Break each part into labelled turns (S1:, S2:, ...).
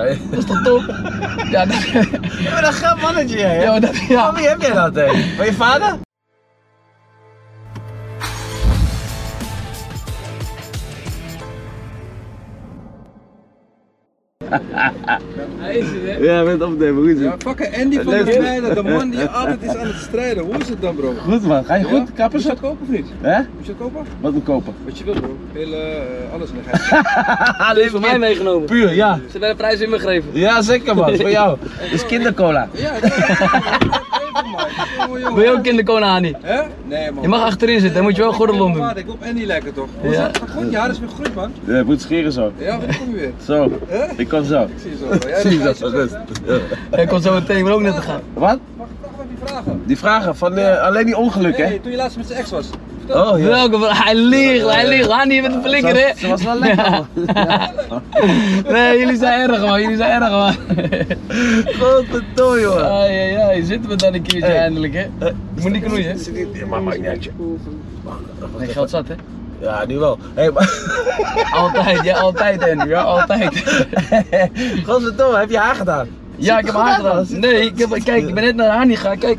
S1: Nee.
S2: Dat is toch top? Ja, dat,
S1: Ja, maar dat gaat mannetje jij, hè?
S2: ja, maar dat,
S1: Van
S2: ja.
S1: wie heb jij dat, hè? Van je vader?
S2: Hij is het, hè?
S1: Ja, met opnemen, goed
S3: Ja, pakken Andy van
S1: Leuk.
S3: der Meijden, de man die altijd is aan het strijden. Hoe is het dan, bro?
S1: Goed man, ga je
S3: Ja?
S1: goed? Kappen
S3: Moet je dat
S1: zo?
S3: kopen of niet?
S1: Hè?
S3: Moet je dat kopen?
S1: Wat moet kopen?
S3: Wat je wil, bro. Hele, eh, alles in de geit.
S1: Haha,
S2: Deze voor mij meegenomen. Ze
S1: Puur, ja.
S2: hebben de prijs in me gegeven.
S1: Ja, zeker man, voor jou. Dat is kindercola.
S3: Ja, dat is even, man. Jongen, jongen.
S2: Wil je ook kinderkonen aan niet?
S3: Hè? Nee, man.
S2: Je mag achterin zitten, dan moet je wel een gordel om doen.
S3: Maat, Ik hoop Andy lekker, toch? Hoe is
S2: Ja.
S3: dat? Gaat goed? Ja, dat is weer goed, man.
S1: Ja, je moet scheren zo.
S3: Ja, wat kom je weer?
S1: Zo,
S3: Hè?
S1: ik kom zo.
S3: Ik zie je zo, bro. Jij
S1: Precies, dat
S3: bent
S1: is wat
S3: geit,
S1: best.
S3: hè?
S2: Hij komt zo meteen, ik ben ook net te gaan.
S1: Wat?
S3: Mag ik toch wat die vragen?
S1: Die vragen van eh, alleen die ongelukken, hè?
S3: Hey, toen je laatst met zijn ex was. Vertel.
S1: Oh ja.
S2: Welke vrouw? Hij ligt, hij ligt. Hani, je bent een flikker, hè?
S1: Ze- Ze was wel lekker man.
S2: Nee, jullie zijn erg, man. Jullie zijn erg, man.
S1: Grote tooi hoor.
S2: Ai, ai, ai. Zitten we dan een keertje
S1: Hey.
S2: eindelijk, hè? Eh, Moet niet knoeien, hè?
S1: Ja, maar maakt niet uit. joh.
S2: Nee, geld zat, hè?
S1: Ja, nu wel. Hé, hey, maar...
S2: Altijd, ja, altijd, en Ja, altijd.
S1: Godverdomme, heb je haar gedaan?
S2: Ja, ik heb haar gedaan. Nee, ik heb, kijk, ik ben net naar Hani gegaan. Kijk,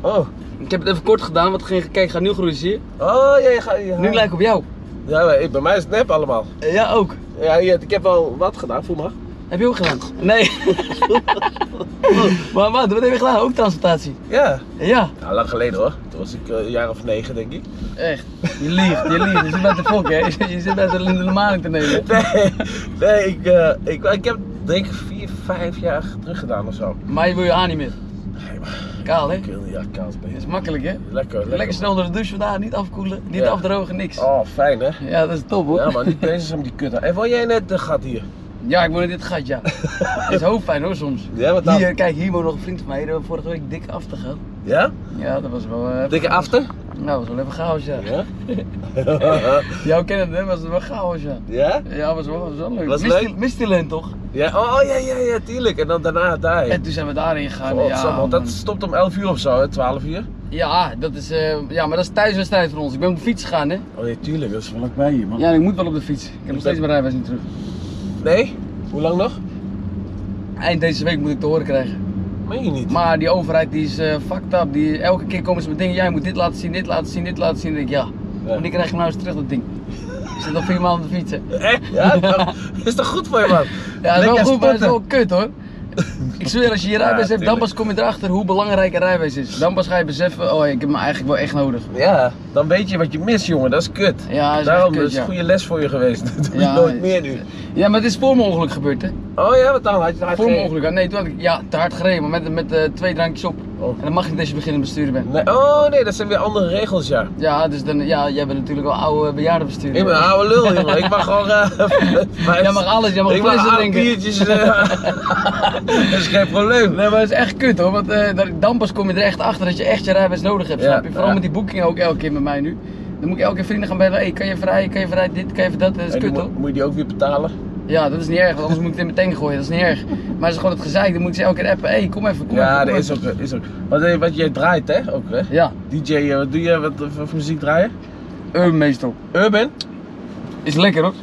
S1: Oh.
S2: ik heb het even kort gedaan, want geen, kijk, gaat nu groeien, zie je?
S1: Oh, ja, je gaat... je
S2: Nu
S1: haar-
S2: lijkt op jou.
S1: Ja, maar, bij mij is het nep allemaal.
S2: Eh, Ja, ook.
S1: Ja, je- ik heb wel wat gedaan, voel maar.
S2: Heb je ook gedaan? Nee. maar wat, wat heb je gedaan? Ook transportatie.
S1: Ja.
S2: Ja,
S1: Nou, lang geleden hoor. Toen was ik eh, een jaar of negen, denk ik.
S2: echt. Je liegt, je liegt. Je zit met de fok, hè? Je zit met de maling te nemen.
S1: Nee, nee ik, eh, ik, ik heb denk ik vier, vijf jaar terug gedaan of zo.
S2: Maar je wil je aan niet meer.
S1: Nee, maar
S2: Kaal, hè?
S1: ik wil ja, koud
S2: Dat is
S1: bezig.
S2: makkelijk, hè?
S1: Lekker, lekker.
S2: Lekker snel door de douche vandaag, niet afkoelen, niet
S1: Ja.
S2: afdrogen, niks.
S1: Oh, fijn hè?
S2: Ja, dat is top hoor.
S1: Ja, maar niet bezig zijn met die kut. En woon jij net de gat hier?
S2: Ja, ik woon in dit gat, ja. is hoofdpijn hoor soms.
S1: Ja, wat nou? dan?
S2: Hier, kijk, hier woont nog een vriend van mij, die hebben we vorige week dik af te gaan.
S1: Ja?
S2: Ja, dat was wel... eh,
S1: Dikke after?
S2: Nou, dat was wel even chaos, ja.
S1: Ja?
S2: Jouw kennen het, hè? Was het wel chaos, ja.
S1: ja?
S2: Ja, was wel, was wel leuk.
S1: Was
S2: Misty-
S1: leuk?
S2: Mistyland, toch?
S1: Ja? Oh, oh, ja, ja, ja, tuurlijk. En dan daarna daar. Oh,
S2: En toen zijn we daarin gegaan.
S1: God,
S2: ja,
S1: Sam, want
S2: man.
S1: dat stopt om 11 uur of zo, hè? 12 uur.
S2: ja, dat is, eh, ja, maar dat is thuiswedstrijd voor ons. Ik ben op de fiets gegaan, hè?
S1: Oh ja, tuurlijk, dat is wel bij hier, man.
S2: Ja, ik moet wel op de fiets. Ik heb nog steeds mijn rijbewijs niet terug.
S1: Nee? Hoe lang nog?
S2: Eind deze week moet ik te horen krijgen.
S1: Meen je niet?
S2: Maar die overheid die is eh fucked up. Die, elke keer komen ze met dingen. Jij moet dit laten zien, dit laten zien, dit laten zien. Dan denk ik, ja. Wanneer krijg je nou eens terug dat ding? Ik zit al vier maanden op de fiets. hè.
S1: Echt? Ja, dat is toch goed voor je, man?
S2: Ja, dat is wel
S1: Lekker
S2: goed, maar dat is
S1: sporten.
S2: wel kut hoor. Ik zweer, als je je rijbewijs hebt, dan
S1: tuurlijk.
S2: pas kom je erachter hoe belangrijk een rijbewijs is. Dan pas ga je beseffen, oh ik heb hem eigenlijk wel echt nodig.
S1: Ja, dan weet je wat je mist, jongen. Dat is kut.
S2: Ja, is
S1: Daarom dus is
S2: echt kut,
S1: het
S2: ja.
S1: een goede les voor je geweest. Dat doe je
S2: Ja,
S1: nooit
S2: is-
S1: meer nu.
S2: Ja, maar het is voor mijn ongeluk gebeurd hè.
S1: Oh ja, wat dan? Had je had
S2: Voor
S1: geen-
S2: mijn ongeluk. Nee, toen had ik ja, te hard gereden, maar met, met eh, twee drankjes op.
S1: Oh.
S2: En dan mag je niet als je beginnend bestuurder bent.
S1: Nee, oh nee, dat zijn weer andere regels, ja.
S2: Ja, dus dan, ja, jij bent natuurlijk wel oude eh, bejaardenbestuurder.
S1: Ik ben een oude lul, jongen. Ik mag gewoon... eh, vijf-
S2: Jij mag alles, jij mag
S1: ik mag
S2: flessen
S1: acht
S2: drinken.
S1: biertjes... eh, dat is geen probleem.
S2: Nee, maar het is echt kut hoor, want eh, daar- dan pas kom je er echt achter dat je echt je rijbewijs nodig hebt,
S1: Ja,
S2: snap je? Vooral
S1: ja.
S2: met die boekingen ook elke keer met mij nu. Dan moet ik elke keer vrienden gaan bellen, hey, kan je vrij, kan je vrij dit, kan je even dat, dat is
S1: En die
S2: kut hoor.
S1: moet, moet je die ook weer betalen?
S2: Ja, dat is niet erg, want anders moet ik het in mijn tank gooien, dat is niet erg. Maar het is gewoon het gezeik, dan moet ik ze elke keer appen, hey, kom even, kom even.
S1: Ja,
S2: kom
S1: dat is
S2: even.
S1: ook... Is ook. Wat, eh, wat jij draait, hè? Ook, hè?
S2: Ja,
S1: DJ, eh, wat doe je? Wat, eh, voor muziek draaien?
S2: eh, meestal.
S1: Urban?
S2: Is lekker hoor.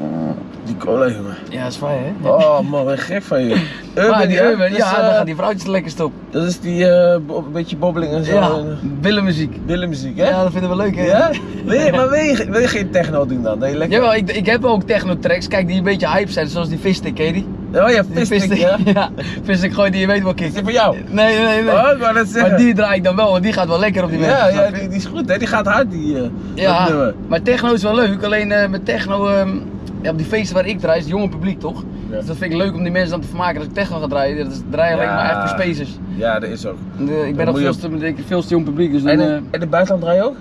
S1: Die cola, jongen.
S2: Ja, is fijn hè.
S1: Oh man, wat gek van je. Urban,
S2: maar Ah, die
S1: hè?
S2: urban,
S1: Dat is,
S2: ja,
S1: eh,
S2: dan gaan die vrouwtjes er lekker stop.
S1: Dat is die eh, bo- beetje bobbeling en zo.
S2: Ja,
S1: en, eh,
S2: billenmuziek.
S1: Billenmuziek, hè?
S2: Ja, dat vinden we leuk hè.
S1: Ja? Wil je, maar wil je, wil je geen techno doen dan? Nee, lekker.
S2: Jawel, ik, ik heb ook techno-tracks, kijk, die een beetje hype zijn, zoals die Fistic, ken je die?
S1: Oh ja,
S2: Die
S1: pistik,
S2: Fistic,
S1: ja.
S2: ja. Fistic gooi die je weet wel kick.
S1: Is die voor jou?
S2: Nee, nee, nee.
S1: Oh, ik wou net zeggen.
S2: maar die draai ik dan wel, want die gaat wel lekker op die mensen.
S1: ja,
S2: snap
S1: ja
S2: je?
S1: die, die is goed, hè? Die gaat hard, die eh, dat
S2: ja.
S1: nummer.
S2: Maar techno is wel leuk, alleen eh, met techno, ehm, ja, op die feesten waar ik draai, is het jonge publiek toch?
S1: Ja.
S2: Dus dat vind ik leuk om die mensen dan te vermaken dat ik techno ga draaien. Dat is draaien alleen
S1: Ja.
S2: maar echt voor spacers.
S1: Ja, dat is ook.
S2: De- ik ben nog
S1: moet je
S2: veel
S1: op-
S2: te, ik- veel te jong publiek, dus dan,
S1: En,
S2: eh,
S1: en in het buitenland draai je ook?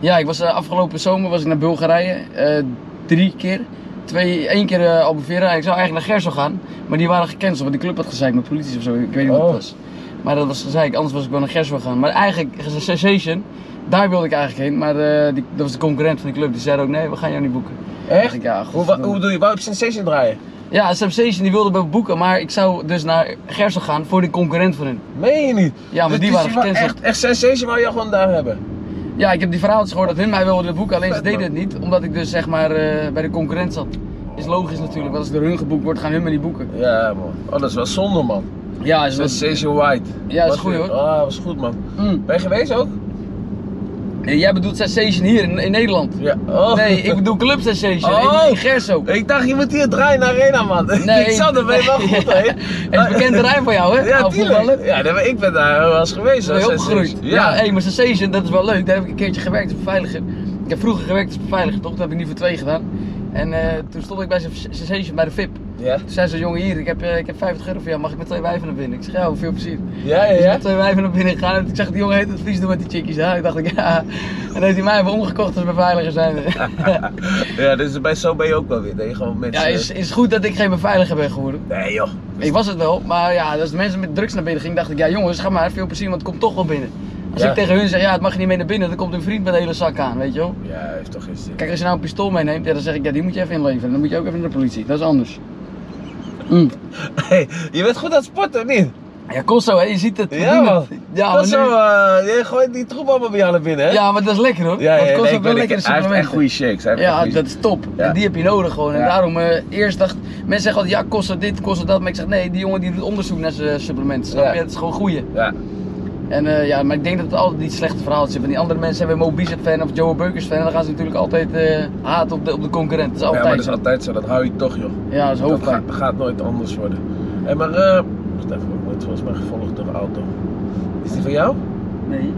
S2: ja, ik was eh, afgelopen zomer was ik naar Bulgarije, eh, drie keer. Twee, één keer eh Albufeira en ik zou eigenlijk naar Gerso gaan, maar die waren gecanceld, want die club had gezeik met politie of zo, ik weet niet wat
S1: Oh.
S2: het was. Maar dat was gezeik, anders was ik wel naar Gerso gaan. Maar eigenlijk, Sensation, daar wilde ik eigenlijk heen, maar eh, die, dat was de concurrent van die club, die zei ook nee, we gaan jou niet boeken.
S1: Echt?
S2: Ik,
S1: hoe, wa-
S2: ja, godverdomme.
S1: hoe doe je? Wou je op Sensation draaien?
S2: Ja, Sensation die wilde me boeken, maar ik zou dus naar Gerso gaan voor die concurrent van hun.
S1: Meen je niet?
S2: Ja, maar die
S1: dus
S2: waren
S1: je wou
S2: gecanceld.
S1: Echt, echt Sensation wou je gewoon daar hebben?
S2: Ja, ik heb die verhaaltjes gehoord dat hun mij wilden boeken, alleen ze
S1: Vet, man.
S2: deden het niet, omdat ik dus zeg maar eh, bij de concurrent zat. is logisch natuurlijk, want als het door hun geboekt wordt, gaan hun maar niet boeken.
S1: Ja, man. Oh, dat is wel zonde, man.
S2: Ja, is
S1: Dat is Cecil White.
S2: Ja, is
S1: Was
S2: goed,
S1: weer-
S2: hoor.
S1: Ah, was goed, man.
S2: Mm.
S1: Ben je geweest ook?
S2: Nee, Jij bedoelt Sensation hier in, in Nederland.
S1: Ja. Oh.
S2: Nee, ik bedoel Club Sensation
S1: Oh.
S2: in, in Gerso.
S1: Ik dacht, je moet hier draaien naar Arena, man.
S2: Nee.
S1: ik zat er ben je wel goed
S2: Ja.
S1: doorheen.
S2: Het is bekend terrein van jou, hè?
S1: Ja,
S2: Oude voetballer.
S1: tuurlijk. Ja, daar ben- ik ben daar wel eens geweest.
S2: Zo ben je
S1: hoor,
S2: opgegroeid.
S1: sinds-
S2: Ja,
S1: Ja,
S2: hé, maar Sensation, dat is wel leuk. Daar heb ik een keertje gewerkt als beveiliger. Ik heb vroeger gewerkt als beveiliger, toch? Dat heb ik niet voor twee gedaan. En eh, toen stond ik bij Sensation bij de VIP.
S1: ja.
S2: Toen zei zo'n jongen hier, ik heb, eh, ik heb 50 euro voor jou, mag ik met twee wijven naar binnen? Ik zeg, ja, veel plezier.
S1: Ja, ja,
S2: Dus ik
S1: ja.
S2: met twee wijven naar binnen gegaan en ik zag die jongen heet het vies doen met die chickies. Ja, ik dacht, ik, ja. En dan heeft hij mij even omgekocht als beveiliger zijn.
S1: Ja, dus bij zo ben je ook wel weer. Dat je gewoon mensen...
S2: ja, is, is goed dat ik geen beveiliger ben geworden.
S1: Nee, joh.
S2: Ik was het wel, maar ja, als de mensen met drugs naar binnen gingen, dacht ik, ja jongens, ga maar, veel plezier, want het komt toch wel binnen. Als
S1: Ja.
S2: ik tegen hun zeg, ja, het mag je niet mee naar binnen, dan komt een vriend met een hele zak aan, weet je wel.
S1: Ja, heeft toch geen zin.
S2: Kijk, als je nou een pistool meeneemt, ja, dan zeg ik, ja, die moet je even inleveren. Dan moet je ook even naar de politie, dat is anders. Mm.
S1: Hey, je bent goed aan het sporten, of niet?
S2: Ja, kost zo, hè, je ziet het. we
S1: Ja,
S2: doen
S1: man.
S2: het. Ja, maar
S1: dat
S2: nu-
S1: is zo, eh, je gooit die troep allemaal bij jou naar binnen, hè?
S2: Ja, maar dat is lekker hoor.
S1: ja, ja,
S2: Want
S1: nee,
S2: het kost
S1: ik
S2: ook wel
S1: weet-
S2: lekker
S1: Hij heeft echt goede shakes. Hij heeft echt
S2: Ja,
S1: goede-
S2: dat is top.
S1: Ja.
S2: En die heb je nodig gewoon. En
S1: Ja.
S2: daarom, eh, eerst dacht mensen zeggen altijd, ja, kost het dit, kost het dat. Maar ik zeg, nee, die jongen die doet onderzoek naar zijn supplementen. Snap
S1: Ja.
S2: je? Het is gewoon goeie.
S1: Ja,
S2: En eh, ja, maar ik denk dat het altijd iets slechte verhaal zit. Want die andere mensen hebben Mo Bizet fan of Joe Beukers fan. En dan gaan ze natuurlijk altijd eh haat op de, op de concurrent. Dat is
S1: ja
S2: altijd
S1: maar dat is
S2: zo.
S1: altijd zo. Dat hou je toch, joh.
S2: Ja, dat is
S1: Dat
S2: hoofdpijn.
S1: gaat, gaat nooit anders worden. Hé, maar... eh wacht even, ik word volgens mij gevolgd door een auto. Is die van jou?
S2: Nee.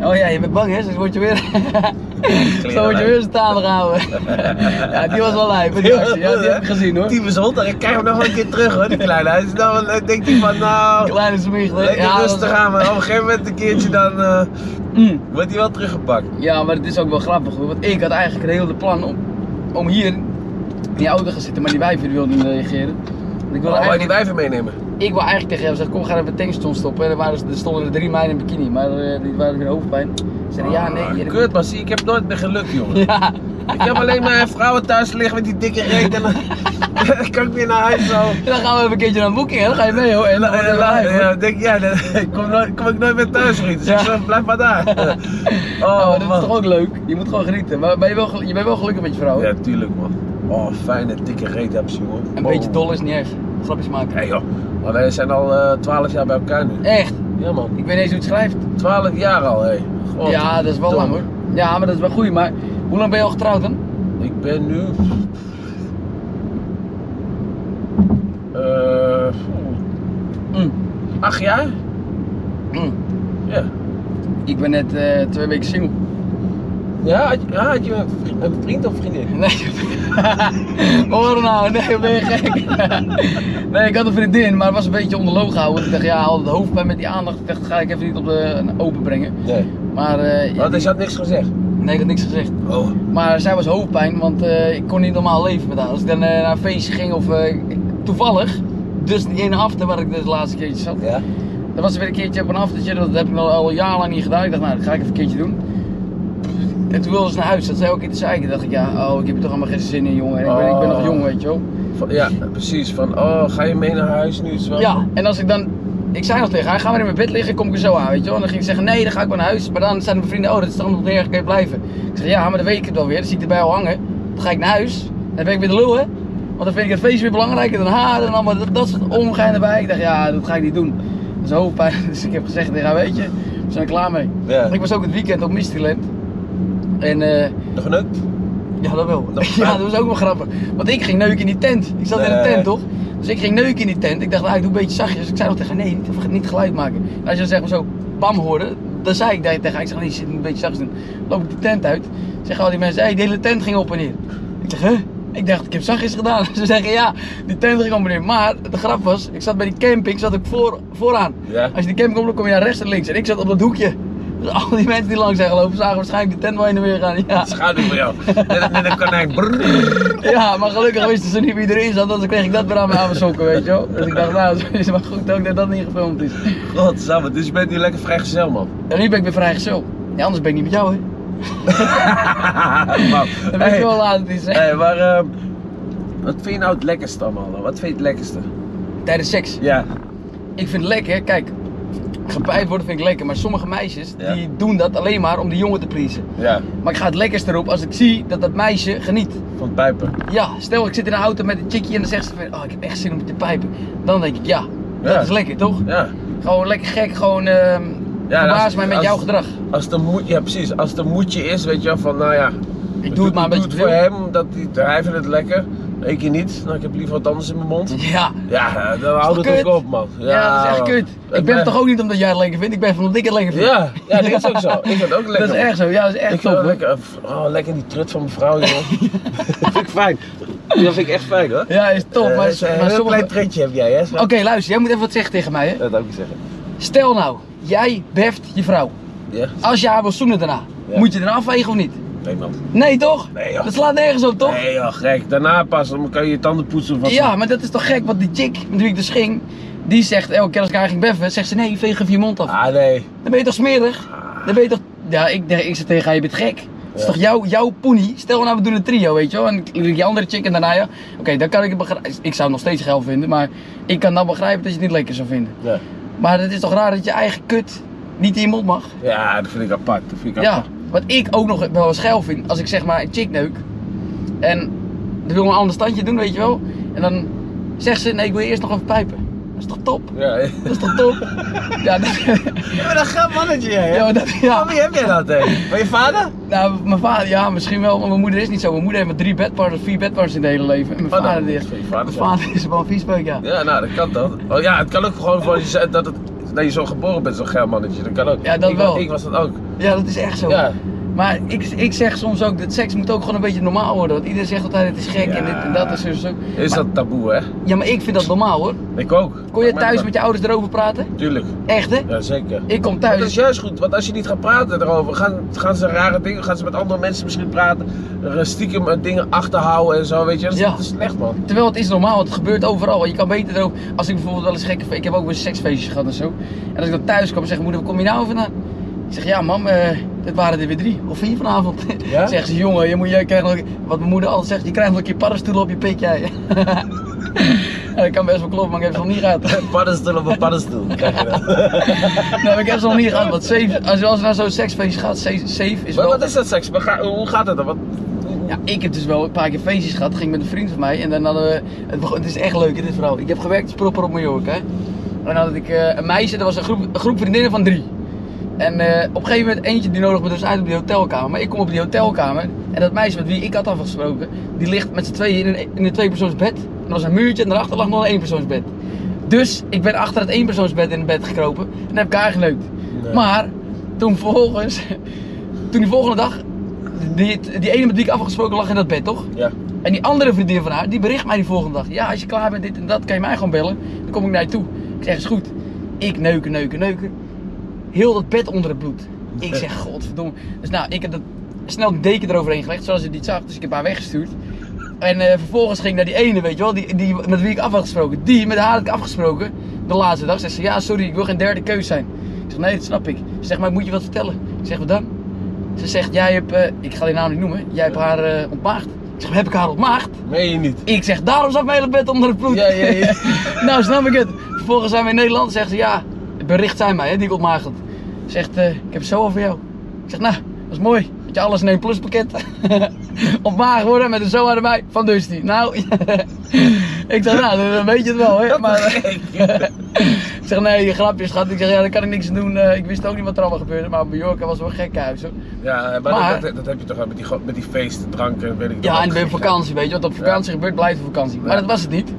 S2: Oh ja, je bent bang hè, zo word je weer... zo word je
S1: lijp.
S2: weer staan gehouden. ja, die was wel lijp, hè, die actie. Ja, die heb ik gezien hoor.
S1: Typisch hond, ik krijg hem nog wel een keer terug hoor, die kleine. Hij is dan wel- denkt hij van nou,
S2: Kleine smicht. hè.
S1: lekker dus,
S2: ja, dat is-
S1: rustig aan, maar op een gegeven moment een keertje dan eh,
S2: Mm.
S1: wordt hij wel teruggepakt.
S2: Ja, maar het is ook wel grappig hoor. Want ik had eigenlijk het hele plan om, om hier in die auto te gaan zitten, maar die wijven die wilden niet reageren. Want Ik wilde,
S1: Oh, wou je die
S2: eigenlijk,
S1: wijven meenemen?
S2: ik wilde eigenlijk tegen hem zeggen, kom ga even een tankstation stoppen. En er, waren, er stonden er drie meiden in bikini, maar eh, die waren weer hoofdpijn. Ze zeiden ja, nee.
S1: Ah,
S2: hier-
S1: Kut maar zie, ik heb nooit meer geluk jongen.
S2: Ja,
S1: Ik heb alleen maar vrouwen thuis liggen met die dikke reet en dan dan kan ik weer naar huis zo.
S2: dan gaan we even een keertje naar Booking hè, dan ga je mee hoor. En dan wordt
S1: En
S2: het
S1: dan
S2: live, hoor.
S1: ja, denk ik, ja, dan kom, nooit- kom ik nooit meer thuis vriend, dus
S2: Ja.
S1: ik zeg, blijf maar daar.
S2: Ja,
S1: Oh
S2: maar Nou, dat is toch
S1: man.
S2: ook leuk? Je moet gewoon genieten. Maar ben je, wel, gel- je bent wel gelukkig met je vrouw. hè?
S1: Ja tuurlijk man. Oh fijne dikke reet hebben ze jongen.
S2: Een
S1: Wow.
S2: beetje dol is niet erg. Grapjes maken.
S1: Hé joh, maar wij zijn al eh, twaalf jaar bij elkaar nu.
S2: Echt,
S1: Ja man,
S2: ik weet niet eens hoe het schrijft.
S1: 12 jaar al hé. God,
S2: Ja, dat is wel
S1: Oh, dom.
S2: lang hoor. Ja, maar dat is wel goed. Maar hoe lang ben je al getrouwd dan?
S1: Ik ben nu. eh Hm.
S2: Mm.
S1: acht jaar?
S2: Mm.
S1: Ja.
S2: Ik ben net eh, twee weken single.
S1: Ja, had je, ja, had je een, vri- een vriend of vriendin?
S2: Nee, hoor nou, nee, ben je gek? nee, ik had een vriendin, maar het was een beetje onder loog gehouden. Ik dacht, ja, al het hoofdpijn met die aandacht, ik dacht, ga ik even niet op de open brengen.
S1: Nee.
S2: Maar eh, ja,
S1: Want je had niks gezegd.
S2: nee, ik had niks gezegd.
S1: Oh.
S2: Maar zij was hoofdpijn, want eh, ik kon niet normaal leven met haar. Als ik dan eh, naar een feestje ging of eh, ik- toevallig, dus die ene after waar ik dus de laatste keertje zat,
S1: Ja?
S2: Er was weer een keertje op een aftertje, dat heb ik al, al een jaar lang niet gedaan. Ik dacht, nou, dat ga ik even een keertje doen. En toen wilde ze naar huis, dat zei ook in te zeiken. dacht ik, ja, oh, ik heb er toch allemaal geen zin in, jongen. En ik, ben, ik ben nog jong, weet je wel.
S1: Van- ja, precies. Van oh, ga je mee naar huis nu? Is wel...
S2: Ja, en als ik dan... Ik zei nog tegen haar, ga maar in mijn bed liggen, kom ik er zo aan, weet je wel. En dan ging ik zeggen, nee, dan ga ik maar naar huis. Maar dan zeiden mijn vrienden, oh, dat is toch nog niet erg, kan je blijven. Ik zeg, ja, maar dan weet ik het wel weer, dan zie ik erbij al hangen. Dan ga ik naar huis, dan ben ik weer de lul, hè. Want dan vind ik het feestje weer belangrijker dan haar en allemaal dat, dat soort omgein erbij. Ik dacht, ja, dat ga ik niet doen. Dat is hoofdpijn, dus ik heb gezegd tegen haar, weet je, we zijn er klaar mee.
S1: Ja.
S2: Ik was ook het weekend op Mysteryland. En eh,
S1: Nog neukt?
S2: ja, dat wel.
S1: Dat-
S2: ja, dat was ook wel grappig. Want ik ging neuken in die tent. Ik zat in de
S1: Nee.
S2: tent, toch? Dus ik ging neuken in die tent. Ik dacht, nou, ik doe een beetje zachtjes. Ik zei nog tegen haar, nee, niet, niet geluid maken. En als je dan zeg maar zo bam hoorde, dan zei ik daar tegen haar. Ik zeg, nee, shit, moet een beetje zachtjes doen. Loop ik die tent uit. Zeggen al die mensen, hé, hey, de hele tent ging op en neer. Ik zeg, huh? Ik dacht, ik heb zachtjes gedaan. Ze zeggen, ja, die tent ging op en neer. Maar de grap was, ik zat bij die camping, zat ik voor, vooraan.
S1: Ja.
S2: Als je die camping komt, kom je naar rechts en links. En ik zat op dat hoekje. Dus al die mensen die langs zijn gelopen, zagen waarschijnlijk die tent wel heen en weer gaan. Ja.
S1: Schaduw voor jou. Net, net een konijn. Brrr.
S2: Ja, maar gelukkig wisten ze niet wie erin zat, anders kreeg ik dat weer aan mijn aan mijn sokken, weet je wel. Dus ik dacht, nou, het is maar goed ook dat dat niet gefilmd is.
S1: Godsamme, dus je bent nu lekker vrijgezel man.
S2: En nu ben ik weer vrijgezel. Ja, anders ben ik niet met jou, hè.
S1: Man.
S2: Dan weet
S1: Hey.
S2: je wel laat het is, hè.
S1: Hey, maar ehm, wat vind je nou het lekkerste allemaal? dan? Wat vind je het lekkerste?
S2: Tijdens seks.
S1: Ja.
S2: Ik vind het lekker, kijk. Gepijpt worden vind ik lekker, maar sommige meisjes
S1: Ja.
S2: die doen dat alleen maar om de jongen te pleasen.
S1: Ja,
S2: Maar ik ga het lekkerst erop als ik zie dat dat meisje geniet.
S1: van het pijpen.
S2: Ja, stel ik zit in een auto met een chickie en dan zegt ze van, oh ik heb echt zin om te pijpen. Dan denk ik, ja,
S1: Ja.
S2: dat is lekker toch?
S1: Ja.
S2: Gewoon lekker gek, gewoon ehm
S1: Ja, nou,
S2: verbaas
S1: als-
S2: mij met
S1: als-
S2: jouw gedrag.
S1: Als de moed, ja precies, als de moedje is, weet je wel, van nou ja.
S2: Ik doe het maar
S1: doe
S2: omdat
S1: het
S2: je
S1: voor
S2: het wil.
S1: hem, omdat hij, hij vindt het lekker. Ik hier niet, nou ik heb liever wat anders in mijn mond.
S2: Ja.
S1: Ja, dan houdt
S2: toch
S1: het ook
S2: kut?
S1: op man.
S2: Ja, dat is echt
S1: man.
S2: kut. Ik ben het toch ook niet omdat jij het lekker vindt, ik ben van omdat ik het lekker vind.
S1: Ja, ja, dit is ook zo. Ik vind het ook lekker.
S2: dat is echt zo, ja, dat is echt
S1: Ik
S2: top.
S1: vind het
S2: hoor.
S1: lekker, oh, lekker die trut van mevrouw, joh. dat vind ik fijn. Dat vind ik echt fijn hoor.
S2: Ja, is top,
S1: Eh,
S2: maar,
S1: het is een
S2: maar
S1: heel
S2: sommige-
S1: klein trutje heb jij, hè?
S2: Oké, luister, jij moet even wat zeggen tegen mij, hè.
S1: Dat zou ik zeggen.
S2: Stel nou, jij beft je vrouw.
S1: Ja?
S2: Als je haar wil zoenen daarna,
S1: Ja.
S2: moet je eraf afwegen of niet?
S1: Nee man.
S2: Nee toch?
S1: Nee, joh.
S2: Dat slaat nergens op toch?
S1: Nee joh, gek. Daarna pas, dan kan je je tanden poetsen of wat.
S2: Ja, maar dat is toch gek, want die chick met wie ik dus ging, die zegt elke keer als ik haar ging beffen, zegt ze nee, veeg even je mond af.
S1: Ah nee.
S2: Dan ben je toch smerig? Dan ben je toch... Ja, ik, ik zeg tegen haar, je bent gek. Het is
S1: Ja.
S2: toch jouw, jouw poenie? Stel nou, we doen een trio, weet je wel. En ik leer die andere chick en daarna ja. Oké, dan kan ik het begrijpen. Ik zou het nog steeds geil vinden, maar ik kan dan begrijpen dat je het niet lekker zou vinden.
S1: Ja.
S2: Maar het is toch raar dat je eigen kut niet in je mond mag?
S1: Ja, dat vind ik apart. Dat vind ik
S2: Ja,
S1: apart.
S2: wat ik ook nog wel eens geil vind, als ik zeg maar een chick neuk en dan wil een ander standje doen, weet je wel. En dan zegt ze, nee ik wil eerst nog even pijpen. Dat is toch top?
S1: Ja, ja.
S2: Dat is toch top? ja, dat,
S1: Ja, maar dat gaat mannetje jij, hè?
S2: ja, maar dat, ja.
S1: Van wie heb jij dat, hè? Van je vader?
S2: Nou, mijn vader, ja misschien wel, maar mijn moeder is niet zo. Mijn moeder heeft maar drie bedpartners, vier bedpartners in het hele leven. En mijn
S1: Oh, nou,
S2: vader is,
S1: van je vader,
S2: mijn
S1: ja.
S2: vader is wel een viesbeuk, ja.
S1: Ja, nou, dat kan toch? Oh ja, het kan ook gewoon van je zegt dat, het, dat je zo geboren bent, zo'n geil mannetje. Dat kan ook.
S2: Ja, dat
S1: ik, wa-
S2: wel.
S1: Ik was dat ook.
S2: Ja, dat is echt zo.
S1: Ja.
S2: Maar ik, ik zeg soms ook dat seks moet ook gewoon een beetje normaal worden. Want iedereen zegt altijd het is gek en dit en dat en zo. en zo.
S1: Is
S2: Maar-
S1: dat taboe, hè?
S2: Ja, maar ik vind dat normaal hoor.
S1: Ik ook.
S2: Kon je thuis met je ouders erover praten?
S1: Tuurlijk,
S2: Echt hè?
S1: ja zeker.
S2: Ik kom
S1: Dat is
S2: thuis.
S1: juist goed, want als je niet gaat praten erover, gaan, gaan ze rare dingen, gaan ze met andere mensen misschien praten, eh, stiekem eh, dingen achterhouden en zo, weet je. Dat is,
S2: Ja.
S1: dat is slecht, man.
S2: Terwijl het is normaal, want het gebeurt overal. Je kan beter erover. Als ik bijvoorbeeld wel eens gekke. Ik heb ook weer seksfeestjes gehad en zo. En als ik dan thuis kwam, zeg ik, moeder, waar kom je nou vandaan? Ik zeg, ja, mam, eh dit waren er weer drie of vier vanavond.
S1: Ja?
S2: Zegt ze, jongen, je moet, jij krijgt nog, wat mijn moeder altijd zegt, je krijgt nog een keer paddenstoelen op je pik, jij. Ja, dat kan best wel kloppen, maar ik heb ze nog niet gehad.
S1: paddenstoel op een paddenstoel. Krijg je dat.
S2: Nou, ik heb ze nog niet gehad, want safe, als je als je naar zo'n seksfeestje gaat, safe, safe is
S1: Maar
S2: wel...
S1: wat is dat seks? Maar ga- hoe gaat het dan? Wat,
S2: Ja, ik heb dus wel een paar keer feestjes gehad. Ging met een vriend van mij. En dan hadden we. Het, begon- het is echt leuk, dit verhaal. Ik heb gewerkt als propper op Mallorca. hè. En dan had ik eh, een meisje, dat was een groep, een groep vriendinnen van drie. En eh, op een gegeven moment eentje die nodigde me dus uit op die hotelkamer. Maar ik kom op die hotelkamer. En dat meisje met wie ik had afgesproken, die ligt met z'n tweeën in een, in een tweepersoonsbed. En er was een muurtje en daarachter lag nog een eenpersoonsbed. Dus ik ben achter het eenpersoonsbed in het bed gekropen en heb ik haar geneukt. Maar toen vervolgens, toen die volgende dag, die, die ene met wie ik afgesproken lag in dat bed, toch?
S1: ja.
S2: En die andere vriendin van haar, die bericht mij die volgende dag. Ja, als je klaar bent, dit en dat, kan je mij gewoon bellen. Dan kom ik naar je toe. Ik zeg, is goed. Ik neuken, neuken, neuken. Heel dat bed onder het bloed. Ik zeg, godverdomme. Dus nou, ik heb dat snel een deken eroverheen gelegd, zoals je niet zag. Dus ik heb haar weggestuurd. En eh, vervolgens ging ik naar die ene, weet je wel, die, die, met wie ik af had gesproken. Die, met haar had ik afgesproken. De laatste dag zegt ze, ja, sorry, ik wil geen derde keus zijn. Ik zeg, nee, dat snap ik. Ze zegt, maar ik moet je wat vertellen. Ik zeg, wat dan? Ze zegt, jij hebt, eh, ik ga die naam niet noemen, jij hebt haar eh, ontmaagd. Ik zeg, heb ik haar ontmaagd?
S1: Meen je niet?
S2: Ik zeg, daarom zat mijn hele bed onder het bloed.
S1: Ja, ja, ja.
S2: nou, snap ik het. Vervolgens zijn we in Nederland. Zegt ze, ja, het bericht zijn mij, hè, die ik ontmaagd. Zegt, eh, ik heb zo over jou. Ik zeg, nou, dat is mooi. Dat je alles in één pluspakket ontmaagd worden met een zoa erbij van Dusty. Nou, ik zeg, nou, dan weet je het wel, hè. Maar, eh, ik zeg, nee, je grapjes, schat. Ik zeg, ja, daar kan ik niks aan doen. Eh, ik wist ook niet wat er allemaal gebeurde, maar op Mallorca was wel een gekke huis, hoor.
S1: Ja, maar,
S2: Maar-
S1: Dat, dat, dat heb je toch wel met die, go- met die feesten, dranken, weet ik
S2: Ja, en
S1: ik
S2: ben op vakantie, weet je. Wat op vakantie gebeurt, blijft op vakantie. Maar
S1: Ja.
S2: dat was het niet.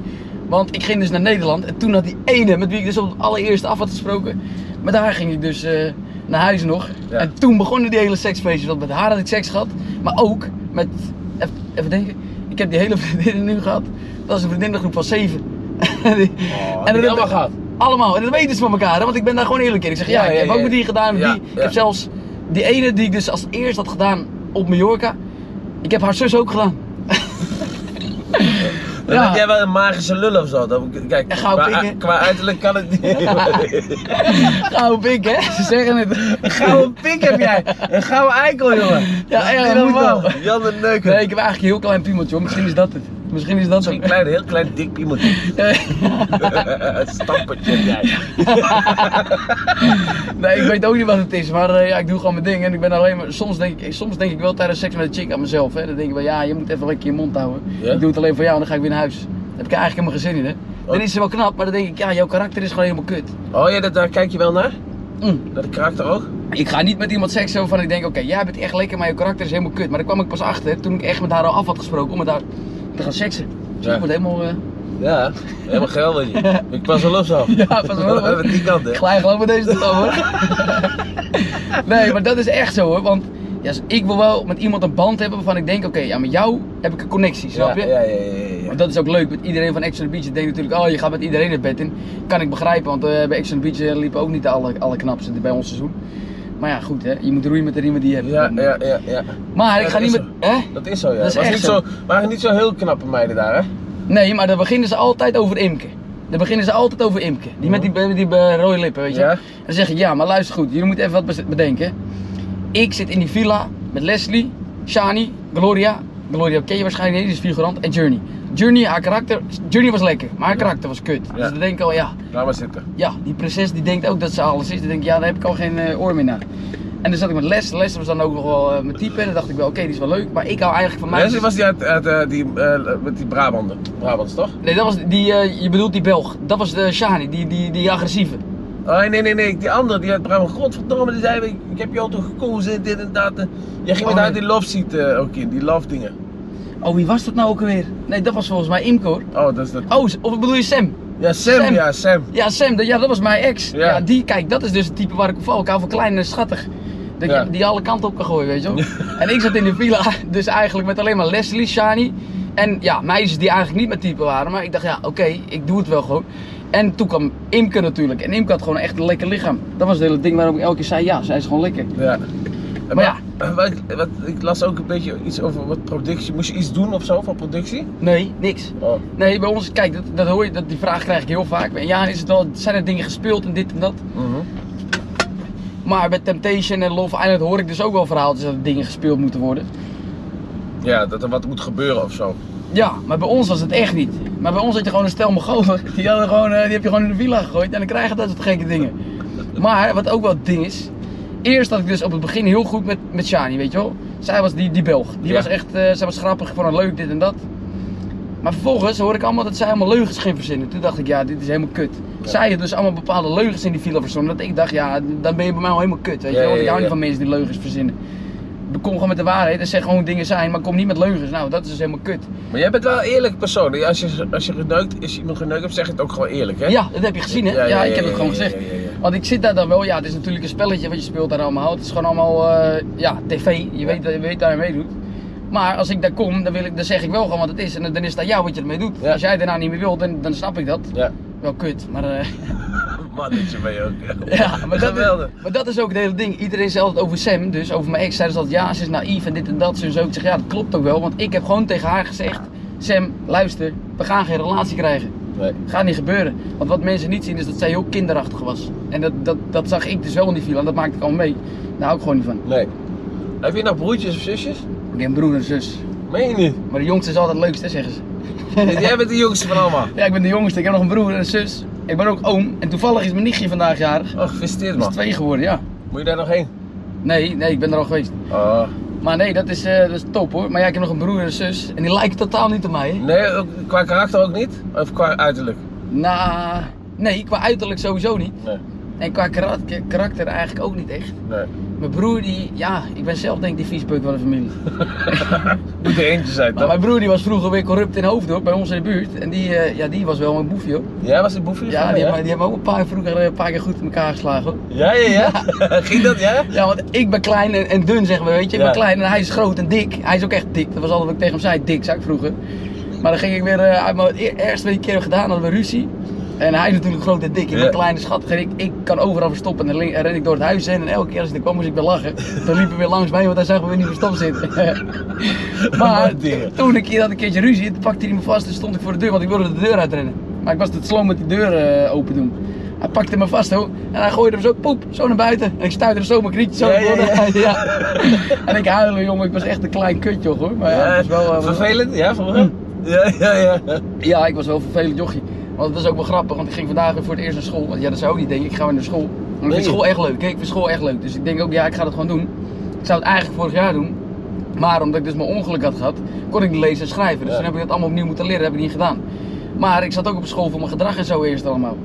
S2: Want ik ging dus naar Nederland en toen had die ene, met wie ik dus op het allereerste af had gesproken, met haar ging ik dus eh, naar huis nog.
S1: Ja.
S2: En toen begonnen die hele seksfeestjes, want met haar had ik seks gehad. Maar ook met, even, even denken, ik heb die hele vriendinnen nu gehad. Dat is een vriendinnengroep van zeven. Die-
S1: heb je Oh, allemaal gehad?
S2: Allemaal, en dat weten ze van elkaar, hè, want ik ben daar gewoon eerlijk in. Ik zeg, ja,
S1: Ja, ja,
S2: ik heb
S1: ja,
S2: ook
S1: ja.
S2: met die gedaan, met
S1: Ja,
S2: die. Ik
S1: ja.
S2: heb zelfs die ene die ik dus als eerst had gedaan op Mallorca, ik heb haar zus ook gedaan.
S1: Dan
S2: Ja.
S1: heb jij wel een magische lul of zo. Dan, kijk,
S2: En gouden
S1: qua,
S2: pikken.
S1: qua uiterlijk kan het niet. Oh,
S2: Gouden pik, hè? Ze zeggen het.
S1: gouden pik heb jij. Een gouden eikel, jongen.
S2: Ja,
S1: Dat is
S2: ja,
S1: niet
S2: dat moet
S1: normaal.
S2: wel.
S1: Jan de Neuker.
S2: Nee, ik heb eigenlijk een heel klein piemeltje, hoor. Misschien is dat het. Misschien is dat
S1: Zo'n
S2: hem.
S1: klein, heel klein dik iemand. Eh, Stampertje jij.
S2: nee, ik weet ook niet wat het is, maar eh, ja, ik doe gewoon mijn ding. En ik ben alleen maar, soms denk ik, soms denk ik wel tijdens seks met een chick aan mezelf. Hè. Dan denk ik wel, ja, je moet even lekker je mond houden.
S1: Ja?
S2: Ik doe het alleen voor jou en dan ga ik weer naar huis. Daar heb ik eigenlijk helemaal geen zin in, hè. Dan
S1: Oh.
S2: is ze wel knap, maar dan denk ik, ja, jouw karakter is gewoon helemaal kut.
S1: Oh ja, dat, daar kijk je wel naar?
S2: Mm.
S1: Naar de karakter ook?
S2: Ik ga niet met iemand seks zo van ik denk, oké, jij bent echt lekker, maar je karakter is helemaal kut. Maar daar kwam ik pas achter toen ik echt met haar al af had gesproken om met haar te gaan seksen. Dus
S1: Ja.
S2: ik word helemaal... eh,
S1: Ja, helemaal geweldig. Ik pas wel op zo.
S2: Ja, pas wel op, hè.
S1: Even die kant, hè.
S2: Glij geloof met deze toch hoor. nee, maar dat is echt zo hoor. Want ja, als ik wil wel met iemand een band hebben waarvan ik denk, oké, ja, met jou heb ik een connectie,
S1: Ja,
S2: snap je?
S1: ja, ja, ja, ja.
S2: Want dat is ook leuk, met iedereen van Action Beach. Ik denk natuurlijk, oh je gaat met iedereen het bed in. Kan ik begrijpen, want eh, bij Action Beach eh, liepen ook niet de alle, alle knapste bij ons seizoen. Maar ja, goed hè, je moet roeien met de riemen die je hebt. eh,
S1: Ja, ja, ja, ja. Ja,
S2: Maar ik ga
S1: dat
S2: niet
S1: is
S2: met... Hè?
S1: Dat is zo, ja.
S2: Dat is
S1: was
S2: echt
S1: niet
S2: zo.
S1: zo. Waren niet zo heel knappe meiden daar, hè?
S2: Nee, maar dan beginnen ze altijd over Imke. Dan beginnen ze altijd over Imke. Die met die, met die eh, rode lippen, weet je.
S1: Ja.
S2: En dan zeg ik, ja, maar luister goed, jullie moeten even wat bes- bedenken. Ik zit in die villa met Leslie, Shani, Gloria. Gloria ken je waarschijnlijk niet, die is figurant. En Journey. Journey, haar karakter... Journey was lekker, maar haar karakter was kut. Dus dan denk ik al, ja,
S1: Laat maar zitten.
S2: ja, die prinses die denkt ook dat ze alles is. Die denkt, ja, daar heb ik al geen eh, oor meer naar. En dan zat ik met Les. Les was dan ook nog wel eh, mijn type. En dan dacht ik wel, oké, die is wel leuk. Maar ik hou eigenlijk van mij.
S1: Leslie was die uit, uit, eh, die, eh, met die Brabander. Brabants, toch?
S2: Nee, dat was die, eh, je bedoelt die Belg. Dat was de Shani, die, die, die agressieve.
S1: Oh nee, nee, nee, die andere, die uit Brabant. Godverdomme, die zei, ik, ik heb jou toch gekozen, dit en dat. Jij ging
S2: Oh,
S1: met haar
S2: nee.
S1: die love seat eh, ook in, die love dingen.
S2: Oh, wie was dat nou ook alweer? Nee, dat was volgens mij Imco. hoor.
S1: Oh, dat is dat.
S2: Oh, of bedoel je Sam?
S1: Ja, Sam,
S2: Sam.
S1: ja, Sam.
S2: Ja, Sam, dat, ja, dat was mijn ex. Ja.
S1: Ja.
S2: die, kijk, dat is dus het type waar ik op val. Ik hou van klein en schattig. Dat
S1: Ja.
S2: je die alle kanten op kan gooien, weet je wel. en ik zat in de villa, dus eigenlijk met alleen maar Leslie, Shani. En ja, meisjes die eigenlijk niet mijn type waren. Maar ik dacht, ja, oké, ik doe het wel gewoon. En toen kwam Imke natuurlijk. En Imke had gewoon echt een lekker lichaam. Dat was het hele ding waarom ik elke keer zei, ja, zij is gewoon lekker.
S1: Ja. eh,
S2: Maar ja.
S1: wat, wat, ik las ook een beetje iets over wat productie. Moest je iets doen of zo voor productie?
S2: Nee, niks.
S1: Oh.
S2: Nee, bij ons, kijk, dat, dat hoor je, dat, die vraag krijg ik heel vaak. Ja, is het wel, zijn er dingen gespeeld en dit en dat?
S1: Mhm.
S2: Maar bij Temptation en Love Island hoor ik dus ook wel verhaaltjes dat er dingen gespeeld moeten worden.
S1: Ja, dat er wat moet gebeuren of zo.
S2: Ja, maar bij ons was het echt niet. Maar bij ons had je gewoon een stel mogolen. Die, hadden gewoon, eh, die heb je gewoon in de villa gegooid en dan krijg je dat soort gekke dingen. Maar wat ook wel het ding is. Eerst had ik dus op het begin heel goed met, met Shani, weet je wel. Zij was die, die Belg. Die
S1: Ja.
S2: was echt, eh, zij was grappig, ik vond haar leuk, dit en dat. Maar vervolgens hoor ik allemaal dat zij allemaal leugens ging verzinnen. Toen dacht ik, ja, dit is helemaal kut. Zij had dus allemaal bepaalde leugens in die villa verzonnen. Dat ik dacht, ja, dan ben je bij mij al helemaal kut, weet je
S1: Ja,
S2: wel. Want
S1: ja,
S2: ik hou
S1: ja.
S2: niet van mensen die leugens verzinnen. Kom gewoon met de waarheid en zeg gewoon hoe dingen zijn, maar kom niet met leugens. Nou, dat is dus helemaal kut.
S1: Maar jij bent wel een eerlijk persoon. Als je, als je geneukt, is iemand geneukt hebt, zeg je het ook gewoon eerlijk, hè?
S2: Ja, dat heb je gezien, hè? Ja,
S1: Ja, ja,
S2: ik heb
S1: ja,
S2: het gewoon
S1: ja,
S2: gezegd.
S1: ja, ja, ja.
S2: Want ik zit daar dan wel, ja, het is natuurlijk een spelletje wat je speelt daar allemaal. Het is gewoon allemaal, eh, ja, tv. Je weet, je weet daar je mee doet. Maar als ik daar kom, dan, wil ik, dan zeg ik wel gewoon wat het is. En dan is het aan jou wat je ermee doet.
S1: Ja.
S2: Als jij daarna niet meer wilt, dan, dan snap ik dat.
S1: Ja.
S2: Wel kut, maar... eh,
S1: Mannetje ben je ook.
S2: ja, maar dat,
S1: Geweldig.
S2: is, maar dat is ook het hele ding. Iedereen zei altijd over Sam, dus over mijn ex. Zeiden ze altijd, ja, ze is naïef en dit en dat. Ze zo. Ik zeg, ja, dat klopt ook wel. Want ik heb gewoon tegen haar gezegd... Sam, luister, we gaan geen relatie krijgen.
S1: Nee.
S2: Gaat niet gebeuren. Want wat mensen niet zien is dat zij heel kinderachtig was. En dat, dat, dat zag ik dus wel in die villa en dat maakte ik al mee. Daar hou ik gewoon niet van.
S1: Nee. Heb je nog broertjes of zusjes?
S2: Ik heb een broer en een zus.
S1: Meen je niet?
S2: Maar de jongste is altijd het leukste, zeggen ze.
S1: Jij bent de jongste van allemaal.
S2: Ja, ik ben de jongste. Ik heb nog een broer en een zus. Ik ben ook oom. En toevallig is mijn nichtje vandaag jarig.
S1: Oh, gefeliciteerd
S2: Dat is
S1: man.
S2: twee geworden, ja.
S1: Moet je daar nog heen?
S2: Nee, nee, ik ben er al geweest.
S1: Oh.
S2: Maar nee, dat is, eh, dat is top hoor. Maar ja, ik heb nog een broer en een zus. En die lijken totaal niet op mij. hè.
S1: Nee, ook- qua karakter ook niet? Of qua uiterlijk?
S2: Nou, nee, qua uiterlijk sowieso niet.
S1: Nee.
S2: En qua karak- karakter eigenlijk ook niet echt.
S1: Nee.
S2: Mijn broer die, ja, ik ben zelf denk ik die viespeuk van de familie.
S1: Moet er eentje zijn
S2: Maar
S1: toch?
S2: mijn broer die was vroeger weer corrupt in Hoofddorp, bij ons in de buurt. En die, eh, ja, die was wel een boefje hoor.
S1: Jij was de boefje?
S2: Ja,
S1: van,
S2: die
S1: hè?
S2: hebben, die hebben ook een paar, vroeger eh, een paar keer goed in elkaar geslagen hoor.
S1: Ja, ja, ja. Ging dat, ja?
S2: Ja, want ik ben klein en, en dun zeg maar, weet je.
S1: Ja.
S2: Ik ben klein en hij is groot en dik. Hij is ook echt dik. Dat was altijd wat ik tegen hem zei, dik zei ik vroeger. Maar dan ging ik weer eh, uit mijn e- eerste week keer hebben gedaan, hadden we ruzie. En hij is natuurlijk groot en dik. Ik ben
S1: Ja.
S2: klein en schattig en ik, ik kan overal verstoppen. En dan link- en ren ik door het huis heen en elke keer als ik er kwam moest ik weer lachen. Dan liepen we weer langs mij, want hij zag me weer niet verstopt zitten. maar
S1: Wat dingen.
S2: toen ik hier had een keertje ruzie, toen pakte hij me vast en stond ik voor de deur, want ik wilde de deur uitrennen. Maar ik was te sloom met die deur eh, open doen. Hij pakte me vast hoor. En hij gooide hem zo, poep, zo naar buiten. En ik stuitte hem zo mijn knietje zo.
S1: Ja, ja, ja.
S2: Ja. En ik huilen jongen, ik was echt een klein kutje hoor. Maar ja, het was wel... Hm. eh,
S1: Vervelend, ja, vroeger? Ja, ja, ja.
S2: Ja, ik was wel een vervelend jochie. Want het was ook wel grappig, want ik ging vandaag weer voor het eerst naar school. Want ja, dat zou ook niet denken, ik ga weer naar school. Maar ik
S1: Nee.
S2: vind school echt leuk, hè? ik vind school echt leuk. Dus ik denk ook, ja, ik ga dat gewoon doen. Ik zou het eigenlijk vorig jaar doen. Maar omdat ik dus mijn ongeluk had gehad, kon ik niet lezen en schrijven. Dus
S1: Ja.
S2: toen heb ik dat allemaal opnieuw moeten leren, heb ik niet gedaan. Maar ik zat ook op school voor mijn gedrag en zo eerst allemaal.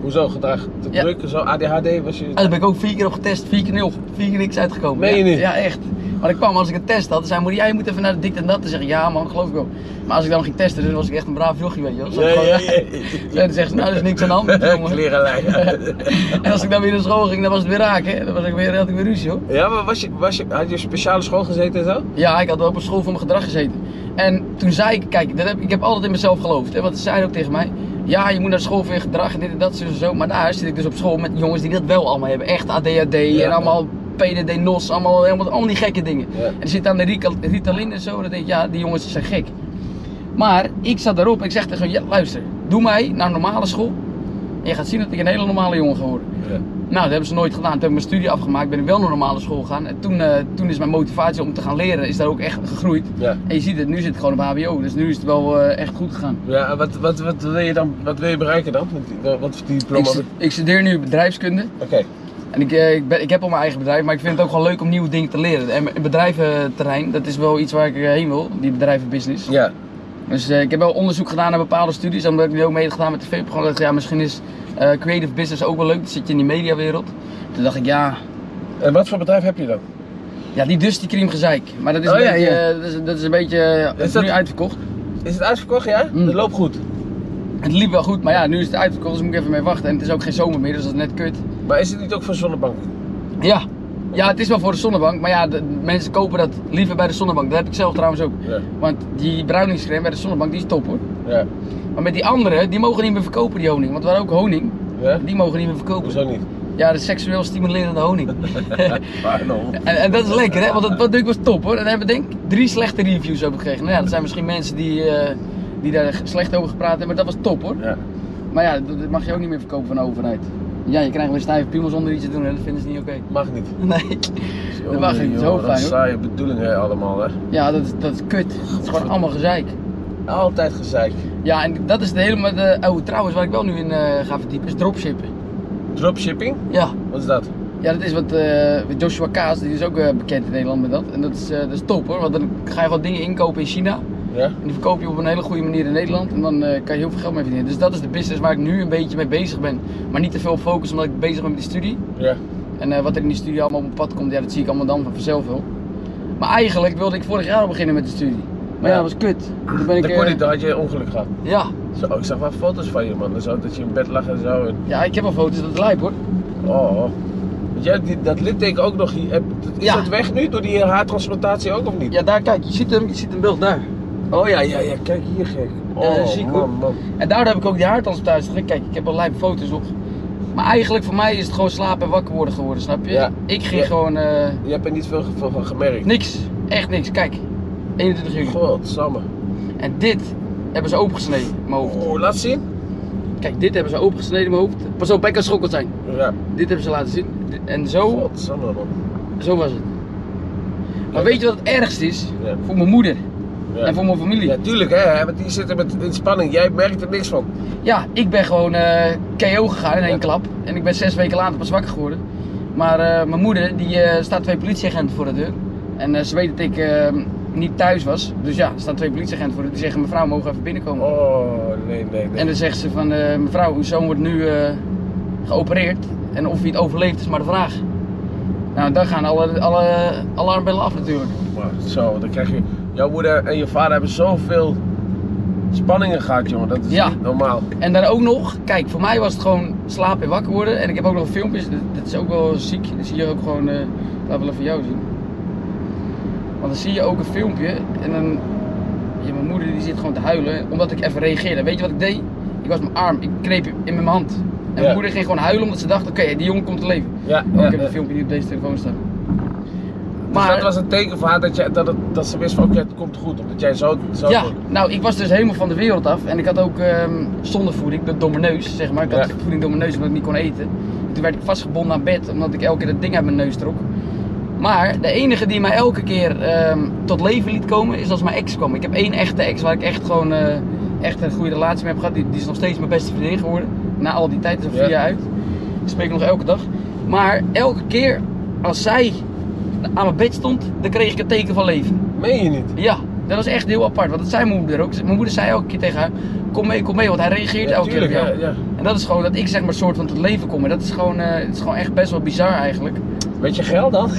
S1: Hoezo gedrag? Te
S2: Ja.
S1: druk, zo ADHD was je...
S2: En daar ben ik ook vier keer op getest, vier keer nul, vier keer niks uitgekomen.
S1: Meen je
S2: ja,
S1: niet?
S2: Ja, echt. Want ik kwam, als ik een test had, dan zei moeder, jij moet even naar de dik en dat. Dan zeg ik, ja man, geloof ik wel. Maar als ik dan ging testen, dan was ik echt een braaf jochie, weet je wel. Dan zat
S1: Ja,
S2: ik gewoon-
S1: ja, ja.
S2: Ja, dan zegt ze, nou, er is niks aan de hand met die jongen.
S1: Klerenlijn.
S2: En als ik dan weer naar school ging, dan was het weer raak, hè. Dan was ik weer, had ik weer ruzie, hoor.
S1: Ja, maar was je, was je, had je op speciale school gezeten en zo?
S2: Ja, ik had wel op een school voor mijn gedrag gezeten. En toen zei ik, kijk, dat heb, ik heb altijd in mezelf geloofd. Hè, want ze zeiden ook tegen mij, ja, je moet naar school voor je gedrag en dit en dat, zo en zo. Maar daar zit ik dus op school met jongens die dat wel allemaal hebben. Echt ADHD en allemaal PDD, NOS, allemaal, helemaal, allemaal die gekke dingen.
S1: Ja.
S2: En er zit aan de Rica- Ritalin en zo, en dan denk ik, ja, die jongens zijn gek. Maar ik zat daarop en ik zeg tegen hem, ja, luister, doe mij naar een normale school. En je gaat zien dat ik een hele normale jongen ga worden.
S1: Ja.
S2: Nou, dat hebben ze nooit gedaan. Toen heb ik mijn studie afgemaakt, ben ik wel naar normale school gegaan. En toen, eh, toen is mijn motivatie om te gaan leren, is daar ook echt gegroeid.
S1: Ja.
S2: En je ziet het, nu zit ik gewoon op HBO, dus nu is het wel eh, echt goed gegaan.
S1: Ja, en wat, wat, wat wil je dan, wat wil je bereiken dan? Met die- Wat voor die
S2: Ik,
S1: diploma?
S2: stu- ik studeer nu bedrijfskunde
S1: Oké.
S2: en ik, eh, ik, ben, ik heb al mijn eigen bedrijf, maar ik vind het ook gewoon leuk om nieuwe dingen te leren. En mijn bedrijventerrein, dat is wel iets waar ik eh, heen wil, die bedrijvenbusiness.
S1: Ja.
S2: Dus eh, ik heb wel onderzoek gedaan naar bepaalde studies, omdat ik nu ook mee heb gedaan met tv-programma. dacht ik, Ja, misschien is eh, creative business ook wel leuk, dan zit je in die mediawereld. Toen dacht ik, ja,
S1: En wat voor bedrijf heb je dan?
S2: Ja, die Dusty Cream gezeik. Maar dat is,
S1: Oh,
S2: een
S1: ja,
S2: beetje,
S1: ja.
S2: eh, Dat, is, dat is een beetje. eh, het is
S1: dat-
S2: nu uitverkocht.
S1: Is het uitverkocht, ja?
S2: Mm.
S1: Dat loopt goed.
S2: Het liep wel goed, maar ja, nu is het uitverkocht, dus moet ik even mee wachten. En het is ook geen zomer meer, dus dat is net kut.
S1: Maar is het niet ook voor zonnebank?
S2: Ja. Ja, het is wel voor de zonnebank, maar ja, de, mensen kopen dat liever bij de zonnebank. Dat heb ik zelf trouwens ook.
S1: Ja.
S2: Want die bruiningscreme bij de zonnebank, die is top hoor.
S1: Ja.
S2: Maar met die andere, die mogen niet meer verkopen, die honing. Want we hadden ook honing,
S1: Ja?
S2: die mogen niet meer verkopen.
S1: Hoezo niet?
S2: Ja, de seksueel stimulerende honing.
S1: Maar nou.
S2: En, en dat is lekker, hè? Want dat, dat natuurlijk was top hoor. En daar hebben we denk ik drie slechte reviews over gekregen. Nou ja, dat zijn misschien mensen die, eh, die daar slecht over gepraat hebben, maar dat was top hoor.
S1: Ja.
S2: Maar ja, dat, dat mag je ook niet meer verkopen van de overheid. Ja, je krijgt weer stijve piemels onder iets te doen en dat vinden ze niet oké.
S1: Mag niet.
S2: Nee. Dat
S1: Jongen,
S2: mag niet, dat is
S1: jongen,
S2: heel
S1: dat
S2: fijn
S1: is
S2: hoor.
S1: saaie bedoelingen allemaal, hè?
S2: Ja, dat, is- dat is kut. Het is gewoon allemaal gezeik.
S1: Altijd gezeik.
S2: Ja, en dat is de hele... De, oh, trouwens, waar ik wel nu in eh, ga verdiepen is dropshipping.
S1: Dropshipping?
S2: Ja.
S1: Wat is dat?
S2: Ja, dat is wat eh, Joshua Kaas, die is ook eh, bekend in Nederland met dat. En dat is, eh, dat is top hoor, want dan ga je wat dingen inkopen in China.
S1: Ja?
S2: En die verkoop je op een hele goede manier in Nederland. En dan eh, kan je heel veel geld mee verdienen. Dus dat is de business waar ik nu een beetje mee bezig ben. Maar niet te veel op focus, omdat ik bezig ben met die studie.
S1: Ja.
S2: En eh, wat er in die studie allemaal op mijn pad komt, ja, dat zie ik allemaal dan van vanzelf wel. Maar eigenlijk wilde ik vorig jaar al beginnen met de studie. Maar ja,
S1: Ja.
S2: dat was kut. Toen ben ik...
S1: Dat kon
S2: eh,
S1: niet, dan had je ongeluk gehad.
S2: ja.
S1: Zo, ik zag wel foto's van je, man. En Zo, dat je in bed lag en zo. En...
S2: ja, ik heb al foto's, dat lijp hoor.
S1: Oh. oh. Want jij hebt die- dat litteken ook nog hier. heb- Is
S2: Ja.
S1: dat weg nu door die haartransplantatie ook of niet?
S2: Ja, daar kijk, je ziet hem, je ziet hem beeld daar.
S1: Oh ja, ja, ja. Kijk hier, gek. Oh,
S2: Eh, ziek,
S1: man,
S2: hoor.
S1: man.
S2: En daardoor heb ik ook die haartransplantatie gedaan. Kijk, ik heb al lijp foto's op. Maar eigenlijk voor mij is het gewoon slapen en wakker worden geworden, snap je?
S1: Ja.
S2: Ik ging
S1: Ja.
S2: gewoon... eh,
S1: Je hebt er niet veel ge- van gemerkt.
S2: Niks, echt niks. Kijk, 21 juli.
S1: Godsamme.
S2: En dit hebben ze opengesneden, in mijn hoofd.
S1: Oh, laat zien.
S2: Kijk, dit hebben ze opengesneden, in mijn hoofd. Pas op, hij kan schokkeld zijn.
S1: Ja.
S2: Dit hebben ze laten zien. D- En
S1: Oh.
S2: zo,
S1: Godsamme, man.
S2: zo was het. Maar weet je wat het ergste is?
S1: Ja.
S2: Voor mijn moeder
S1: Ja.
S2: en voor mijn familie.
S1: Ja, tuurlijk, hè. Want die zitten met in spanning. Jij merkt er niks van.
S2: Ja, ik ben gewoon eh, KO gegaan in één
S1: Ja.
S2: klap. En ik ben zes weken later pas wakker geworden. Maar eh, mijn moeder, die eh, staat twee politieagenten voor de deur. En eh, ze weet dat ik eh, niet thuis was. Dus ja, er staan twee politieagenten voor de deur. Die zeggen, mevrouw, mogen we even binnenkomen?
S1: Oh, nee, nee, nee.
S2: En dan zegt ze van, eh, mevrouw, uw zoon wordt nu eh, geopereerd. En of hij het overleeft is maar de vraag. Nou, dan gaan alle, alle alarmbellen af natuurlijk.
S1: Maar zo, dan krijg je. Jouw moeder en je vader hebben zoveel spanningen gehad, jongen. Dat is
S2: Ja.
S1: niet normaal.
S2: En dan ook nog, kijk, voor mij was het gewoon slapen en wakker worden. En ik heb ook nog filmpjes, dit, dit is ook wel ziek. Dat zie je ook gewoon, eh laat wel even jou zien. Want dan zie je ook een filmpje en dan, ja, mijn moeder die zit gewoon te huilen omdat ik even reageerde. Weet je wat ik deed? Ik was mijn arm, ik kneep hem in mijn hand. En
S1: Ja.
S2: mijn moeder ging gewoon huilen omdat ze dacht, oké, die jongen komt te leven.
S1: Ja, eh,
S2: Oh,
S1: ja,
S2: ik heb
S1: ja.
S2: een filmpje die op deze telefoon staat.
S1: Dus
S2: Maar,
S1: dat was een teken voor haar dat, jij, dat, het- dat ze wist van oké, het komt goed. Omdat jij zo. zo
S2: ja, nou, ik was dus helemaal van de wereld af. En ik had ook ehm zonder voeding, dat domme neus, zeg maar. Ik had
S1: Ja.
S2: voeding door mijn neus omdat ik niet kon eten. En toen werd ik vastgebonden aan bed, omdat ik elke keer dat ding uit mijn neus trok. Maar de enige die mij elke keer ehm, tot leven liet komen, is als mijn ex kwam. Ik heb één echte ex waar ik echt gewoon eh, echt een goede relatie mee heb gehad. Die, die is nog steeds mijn beste vriendin geworden. Na al die tijd, dus
S1: Ja.
S2: vier jaar uit. Ik spreek nog elke dag. Maar elke keer als zij aan mijn bed stond, dan kreeg ik een teken van leven.
S1: Meen je niet?
S2: Ja, dat was echt heel apart. Want dat zei mijn moeder ook. Mijn moeder zei elke keer tegen haar: Kom mee, kom mee. Want hij reageert
S1: Ja,
S2: elke keer op
S1: tuurlijk,
S2: jou.
S1: ja, ja.
S2: En dat is gewoon dat ik zeg maar soort van tot leven kom. En dat is gewoon, eh, het is gewoon echt best wel bizar eigenlijk.
S1: Weet je geld dan?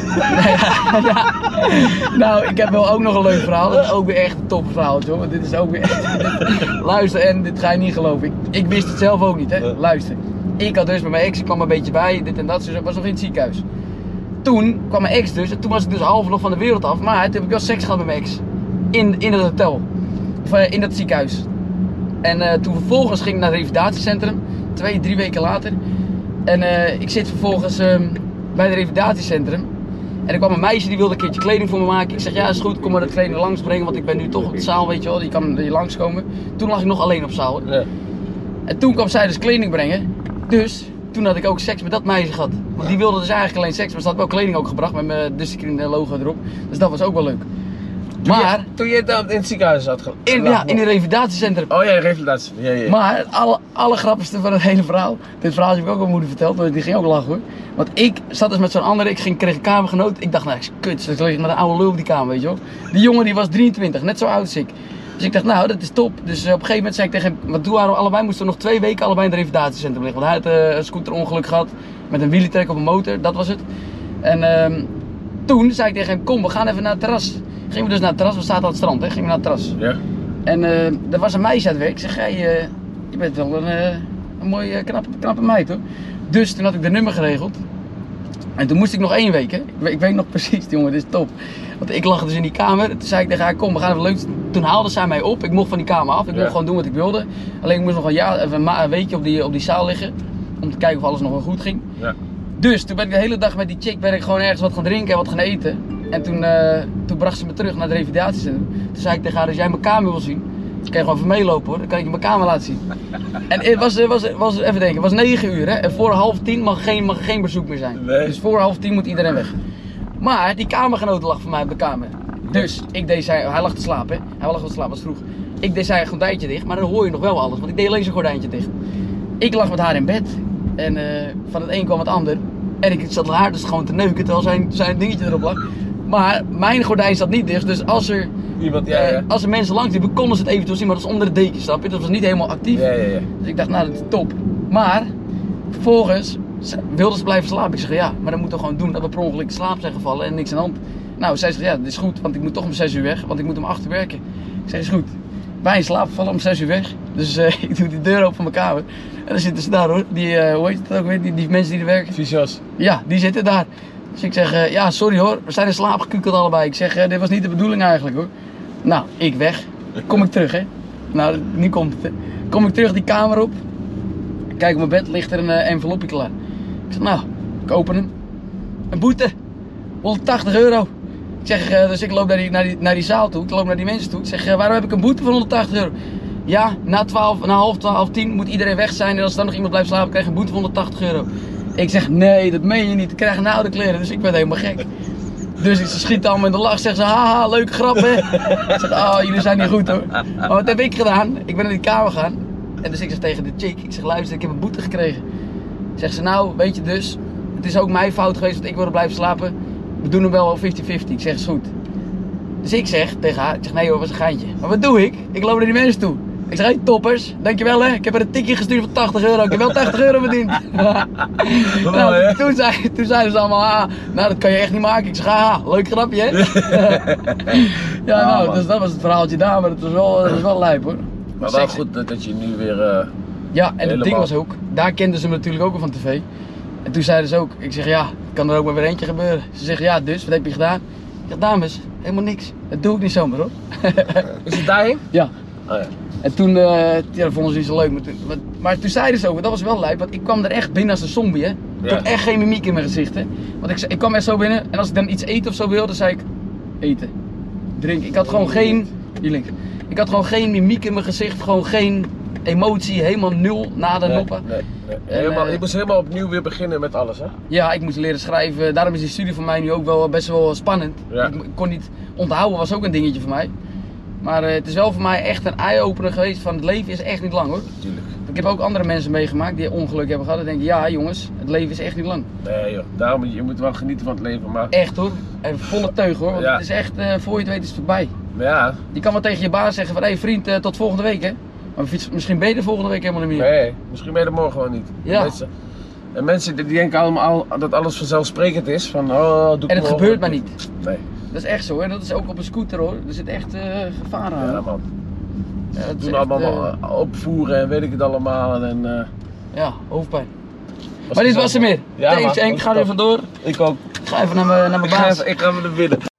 S2: Nou, ik heb wel ook nog een leuk verhaal. Dat is ook weer echt een top verhaal, joh. Want dit is ook weer echt... Luister, en dit ga je niet geloven. Ik, ik wist het zelf ook niet, hè.
S1: Nee.
S2: Luister. Ik had dus met mijn ex, ik kwam een beetje bij, dit en dat. Ze was nog in het ziekenhuis. Toen kwam mijn ex dus. En toen was ik dus half nog van de wereld af. Maar toen heb ik wel seks gehad met mijn ex. In, in dat hotel. Of eh, in dat ziekenhuis. En eh, toen vervolgens ging ik naar het revalidatiecentrum. Twee, drie weken later. En eh, ik zit vervolgens ehm, bij het revalidatiecentrum. En er kwam een meisje die wilde een keertje kleding voor me maken. Ik zeg, ja is goed, kom maar dat kleding langs brengen, want ik ben nu toch op de zaal, weet je wel. Je kan hier langskomen. Toen lag ik nog alleen op zaal.
S1: Ja.
S2: En toen kwam zij dus kleding brengen. Dus toen had ik ook seks met dat meisje gehad. Want die wilde dus eigenlijk alleen seks, maar ze had wel kleding ook gebracht met mijn discipline logo erop. Dus dat was ook wel leuk. Maar,
S1: Toen je dan in het ziekenhuis zat ge-
S2: in,
S1: lag
S2: ja,
S1: nog.
S2: in het revalidatiecentrum.
S1: Oh ja, de revalidatie. Ja, ja, ja.
S2: Maar het alle, allergrappigste van het hele verhaal. Dit verhaal heb ik ook al moeder verteld, want die ging ook lachen hoor. Want ik zat dus met zo'n andere, ik ging, kreeg een kamergenoot. Ik dacht, nou, is kut, dat ligt met een oude lul op die kamer, weet je wel. Die jongen die was 23, net zo oud als ik. Dus ik dacht, nou, dat is top. Dus eh, op een gegeven moment zei ik tegen hem, wat doen we allebei? Moesten we nog twee weken allebei in het revalidatiecentrum liggen. Want hij had eh, een scooterongeluk gehad met een wielentrek op een motor, dat was het. En ehm, toen zei ik tegen hem, kom, we gaan even naar het terras. Gingen we dus naar het terras, we zaten aan het strand, hè? Gingen we naar het terras.
S1: Ja.
S2: En eh, er was een meisje aan het werk. Ik zeg, hey, eh, je bent wel een, eh, een mooie, eh, knappe, knappe meid hoor. Dus toen had ik de nummer geregeld. En toen moest ik nog één week, hè. Ik, we- ik weet nog precies, jongen, dit is top. Want ik lag dus in die kamer. Toen zei ik tegen haar, kom, we gaan even leuk. Toen haalde zij mij op. Ik mocht van die kamer af. Ik
S1: Ja.
S2: mocht gewoon doen wat ik wilde. Alleen ik moest nog een, jaar, even een, ma- een weekje op die, op die zaal liggen. Om te kijken of alles nog wel goed ging.
S1: ja.
S2: Dus toen ben ik de hele dag met die chick ben ik gewoon ergens wat gaan drinken en wat gaan eten. En toen, eh, toen bracht ze me terug naar het revalidatiecentrum. Toen zei ik tegen haar, als jij mijn kamer wil zien, dan kan je gewoon even meelopen hoor. Dan kan ik je mijn kamer laten zien. en het was, eh, was, was, even denken, het was 9 uur hè. En voor half tien mag geen, mag geen bezoek meer zijn.
S1: Nee.
S2: Dus voor half tien moet iedereen weg. Maar die kamergenoot lag voor mij op de kamer. Dus ik deed zijn, hij lag te slapen, hè. hij lag wel te slapen, was vroeg. Ik deed zijn gordijntje dicht, maar dan hoor je nog wel alles, want ik deed alleen zijn gordijntje dicht. Ik lag met haar in bed en eh, van het een kwam het ander. En ik zat haar dus gewoon te neuken terwijl zijn, zijn dingetje erop lag. Maar mijn gordijn zat niet dicht, dus als er,
S1: Iemand, ja,
S2: eh,
S1: ja.
S2: als er mensen langs liepen, konden ze het eventueel zien, maar dat was onder het deken, snap je? Dat was niet helemaal actief.
S1: Ja, ja, ja.
S2: Dus ik dacht, nou, dat is top. Maar vervolgens ze- wilde ze blijven slapen. Ik zeg, ja, maar dan moeten we gewoon doen dat we per ongeluk in slaap zijn gevallen en niks aan de hand. Nou, zij zegt, ja, dat is goed, want ik moet toch om 6 uur weg, want ik moet om 8 uur werken. Ik zeg, is goed. Wij in slaap vallen om 6 uur weg. Dus eh, ik doe die deur open van mijn kamer. En dan zitten ze daar hoor. Die, eh, hoe heet het ook weer? Die, die mensen die er werken.
S1: Fysios.
S2: Ja, die zitten daar. Dus ik zeg, eh, ja, sorry hoor, we zijn in slaap gekukeld allebei. Ik zeg, eh, dit was niet de bedoeling eigenlijk hoor. Nou, ik weg. Kom ik terug, hè? Nou, nu komt het, hè. Kom ik terug die kamer op. Ik Kijk op mijn bed, ligt er een eh, envelopje klaar. Ik zeg, nou, ik open hem. Een boete. 180 euro. Ik zeg, eh, dus ik loop naar die, naar, die, naar die zaal toe. Ik loop naar die mensen toe. Ik zeg, eh, waarom heb ik een boete van 180 euro? Ja, na, 12, na half 12, 10 moet iedereen weg zijn. En als er dan nog iemand blijft slapen, krijg je een boete van 180 euro. Ik zeg, nee, dat meen je niet. Ik krijg een oude kleren, dus ik ben helemaal gek. Dus ze schieten allemaal in de lach. Zeggen ze, haha, leuke grap, hè? ik zeg, oh, jullie zijn niet goed, hoor. Maar wat heb ik gedaan? Ik ben naar die kamer gegaan. En dus ik zeg tegen de chick, ik zeg, luister, ik heb een boete gekregen. Zegt ze, nou, weet je dus, het is ook mijn fout geweest, want ik wilde blijven slapen. We doen hem wel 50-50. Ik zeg, is goed. Dus ik zeg tegen haar, ik zeg, nee hoor, was een geintje. Maar wat doe ik? Ik loop naar die mensen toe. Ik zeg, hey toppers, dankjewel hè. Ik heb er een tikje gestuurd van 80 euro. Ik heb wel 80 euro verdiend.
S1: Mooi, hè?
S2: nou, toen, zei, toen zeiden ze allemaal, ah, nou dat kan je echt niet maken. Ik zeg, ah, leuk grapje hè. ja,
S1: Ja,
S2: nou,
S1: Ah, man.
S2: dus dat was het verhaaltje daar, maar het was wel, het was wel lijp hoor.
S1: Maar wel
S2: Sexy.
S1: goed dat, dat je nu weer. eh,
S2: Ja, en het ding
S1: Helemaal.
S2: was ook, daar kenden ze me natuurlijk ook al van tv. En toen zeiden ze ook, ik zeg ja, kan er ook maar weer eentje gebeuren. Ze zegt ja, dus wat heb je gedaan? Ik zeg dames, helemaal niks. Dat doe ik niet zomaar hoor.
S1: Is het daarheen?
S2: Ja.
S1: Oh ja.
S2: En toen, eh ja, dat vonden ze niet zo leuk. Maar, toen, maar, maar toen zeiden ze ook, dat was wel lijp, want ik kwam er echt binnen als een zombie hè. Ik
S1: Ja.
S2: had echt geen mimiek in mijn gezicht hè. Want ik, ze- ik kwam echt zo binnen en als ik dan iets eten of zo wilde, zei ik eten, Oh, drinken. Ik had gewoon geen, die link. Ik had gewoon geen mimiek in mijn gezicht, gewoon geen emotie helemaal nul na de
S1: Nee,
S2: noppen.
S1: nee, nee.
S2: En,
S1: Helemaal,
S2: eh,
S1: ik moest helemaal opnieuw weer beginnen met alles, hè?
S2: Ja, ik moest leren schrijven. Daarom is die studie voor mij nu ook wel best wel spannend.
S1: Ja.
S2: Ik m- kon niet onthouden, was ook een dingetje voor mij. Maar eh, het is wel voor mij echt een eye-opener geweest van het leven is echt niet lang hoor.
S1: Natuurlijk.
S2: Ik heb ook andere mensen meegemaakt die ongeluk hebben gehad. En denken, ja jongens, het leven is echt niet lang.
S1: Nee joh, daarom je moet wel genieten van het leven, maar,
S2: Echt hoor. Even volle teug hoor. Want
S1: Ja.
S2: het is echt, eh, voor je het weet is het voorbij.
S1: maar ja,
S2: Je kan wel tegen je baas zeggen van, hé hey, vriend, eh, tot volgende week hè. Maar fiets- misschien ben je de volgende week helemaal niet meer.
S1: nee, misschien ben je er morgen wel niet.
S2: Ja.
S1: Mensen, en mensen die die denken allemaal dat alles vanzelfsprekend is, van oh, doe ik
S2: En het
S1: morgen.
S2: gebeurt maar niet.
S1: Nee,
S2: Dat is echt zo hè. Dat is ook op een scooter hoor. Er zit echt eh, gevaar aan.
S1: ja
S2: hoor.
S1: man.
S2: Ja, dat is
S1: Toen
S2: echt,
S1: allemaal
S2: eh,
S1: eh, opvoeren en weet ik het allemaal en... eh,
S2: Ja, hoofdpijn.
S1: was
S2: Maar dit
S1: gezellig,
S2: was hem
S1: man.
S2: weer.
S1: Ja,
S2: Tevens,
S1: man,
S2: en ik
S1: was
S2: ga er
S1: top.
S2: weer vandoor.
S1: Ik ook.
S2: Ik ga even naar mijn naar mijn
S1: Ik ga
S2: baas.
S1: even, ik ga even naar binnen.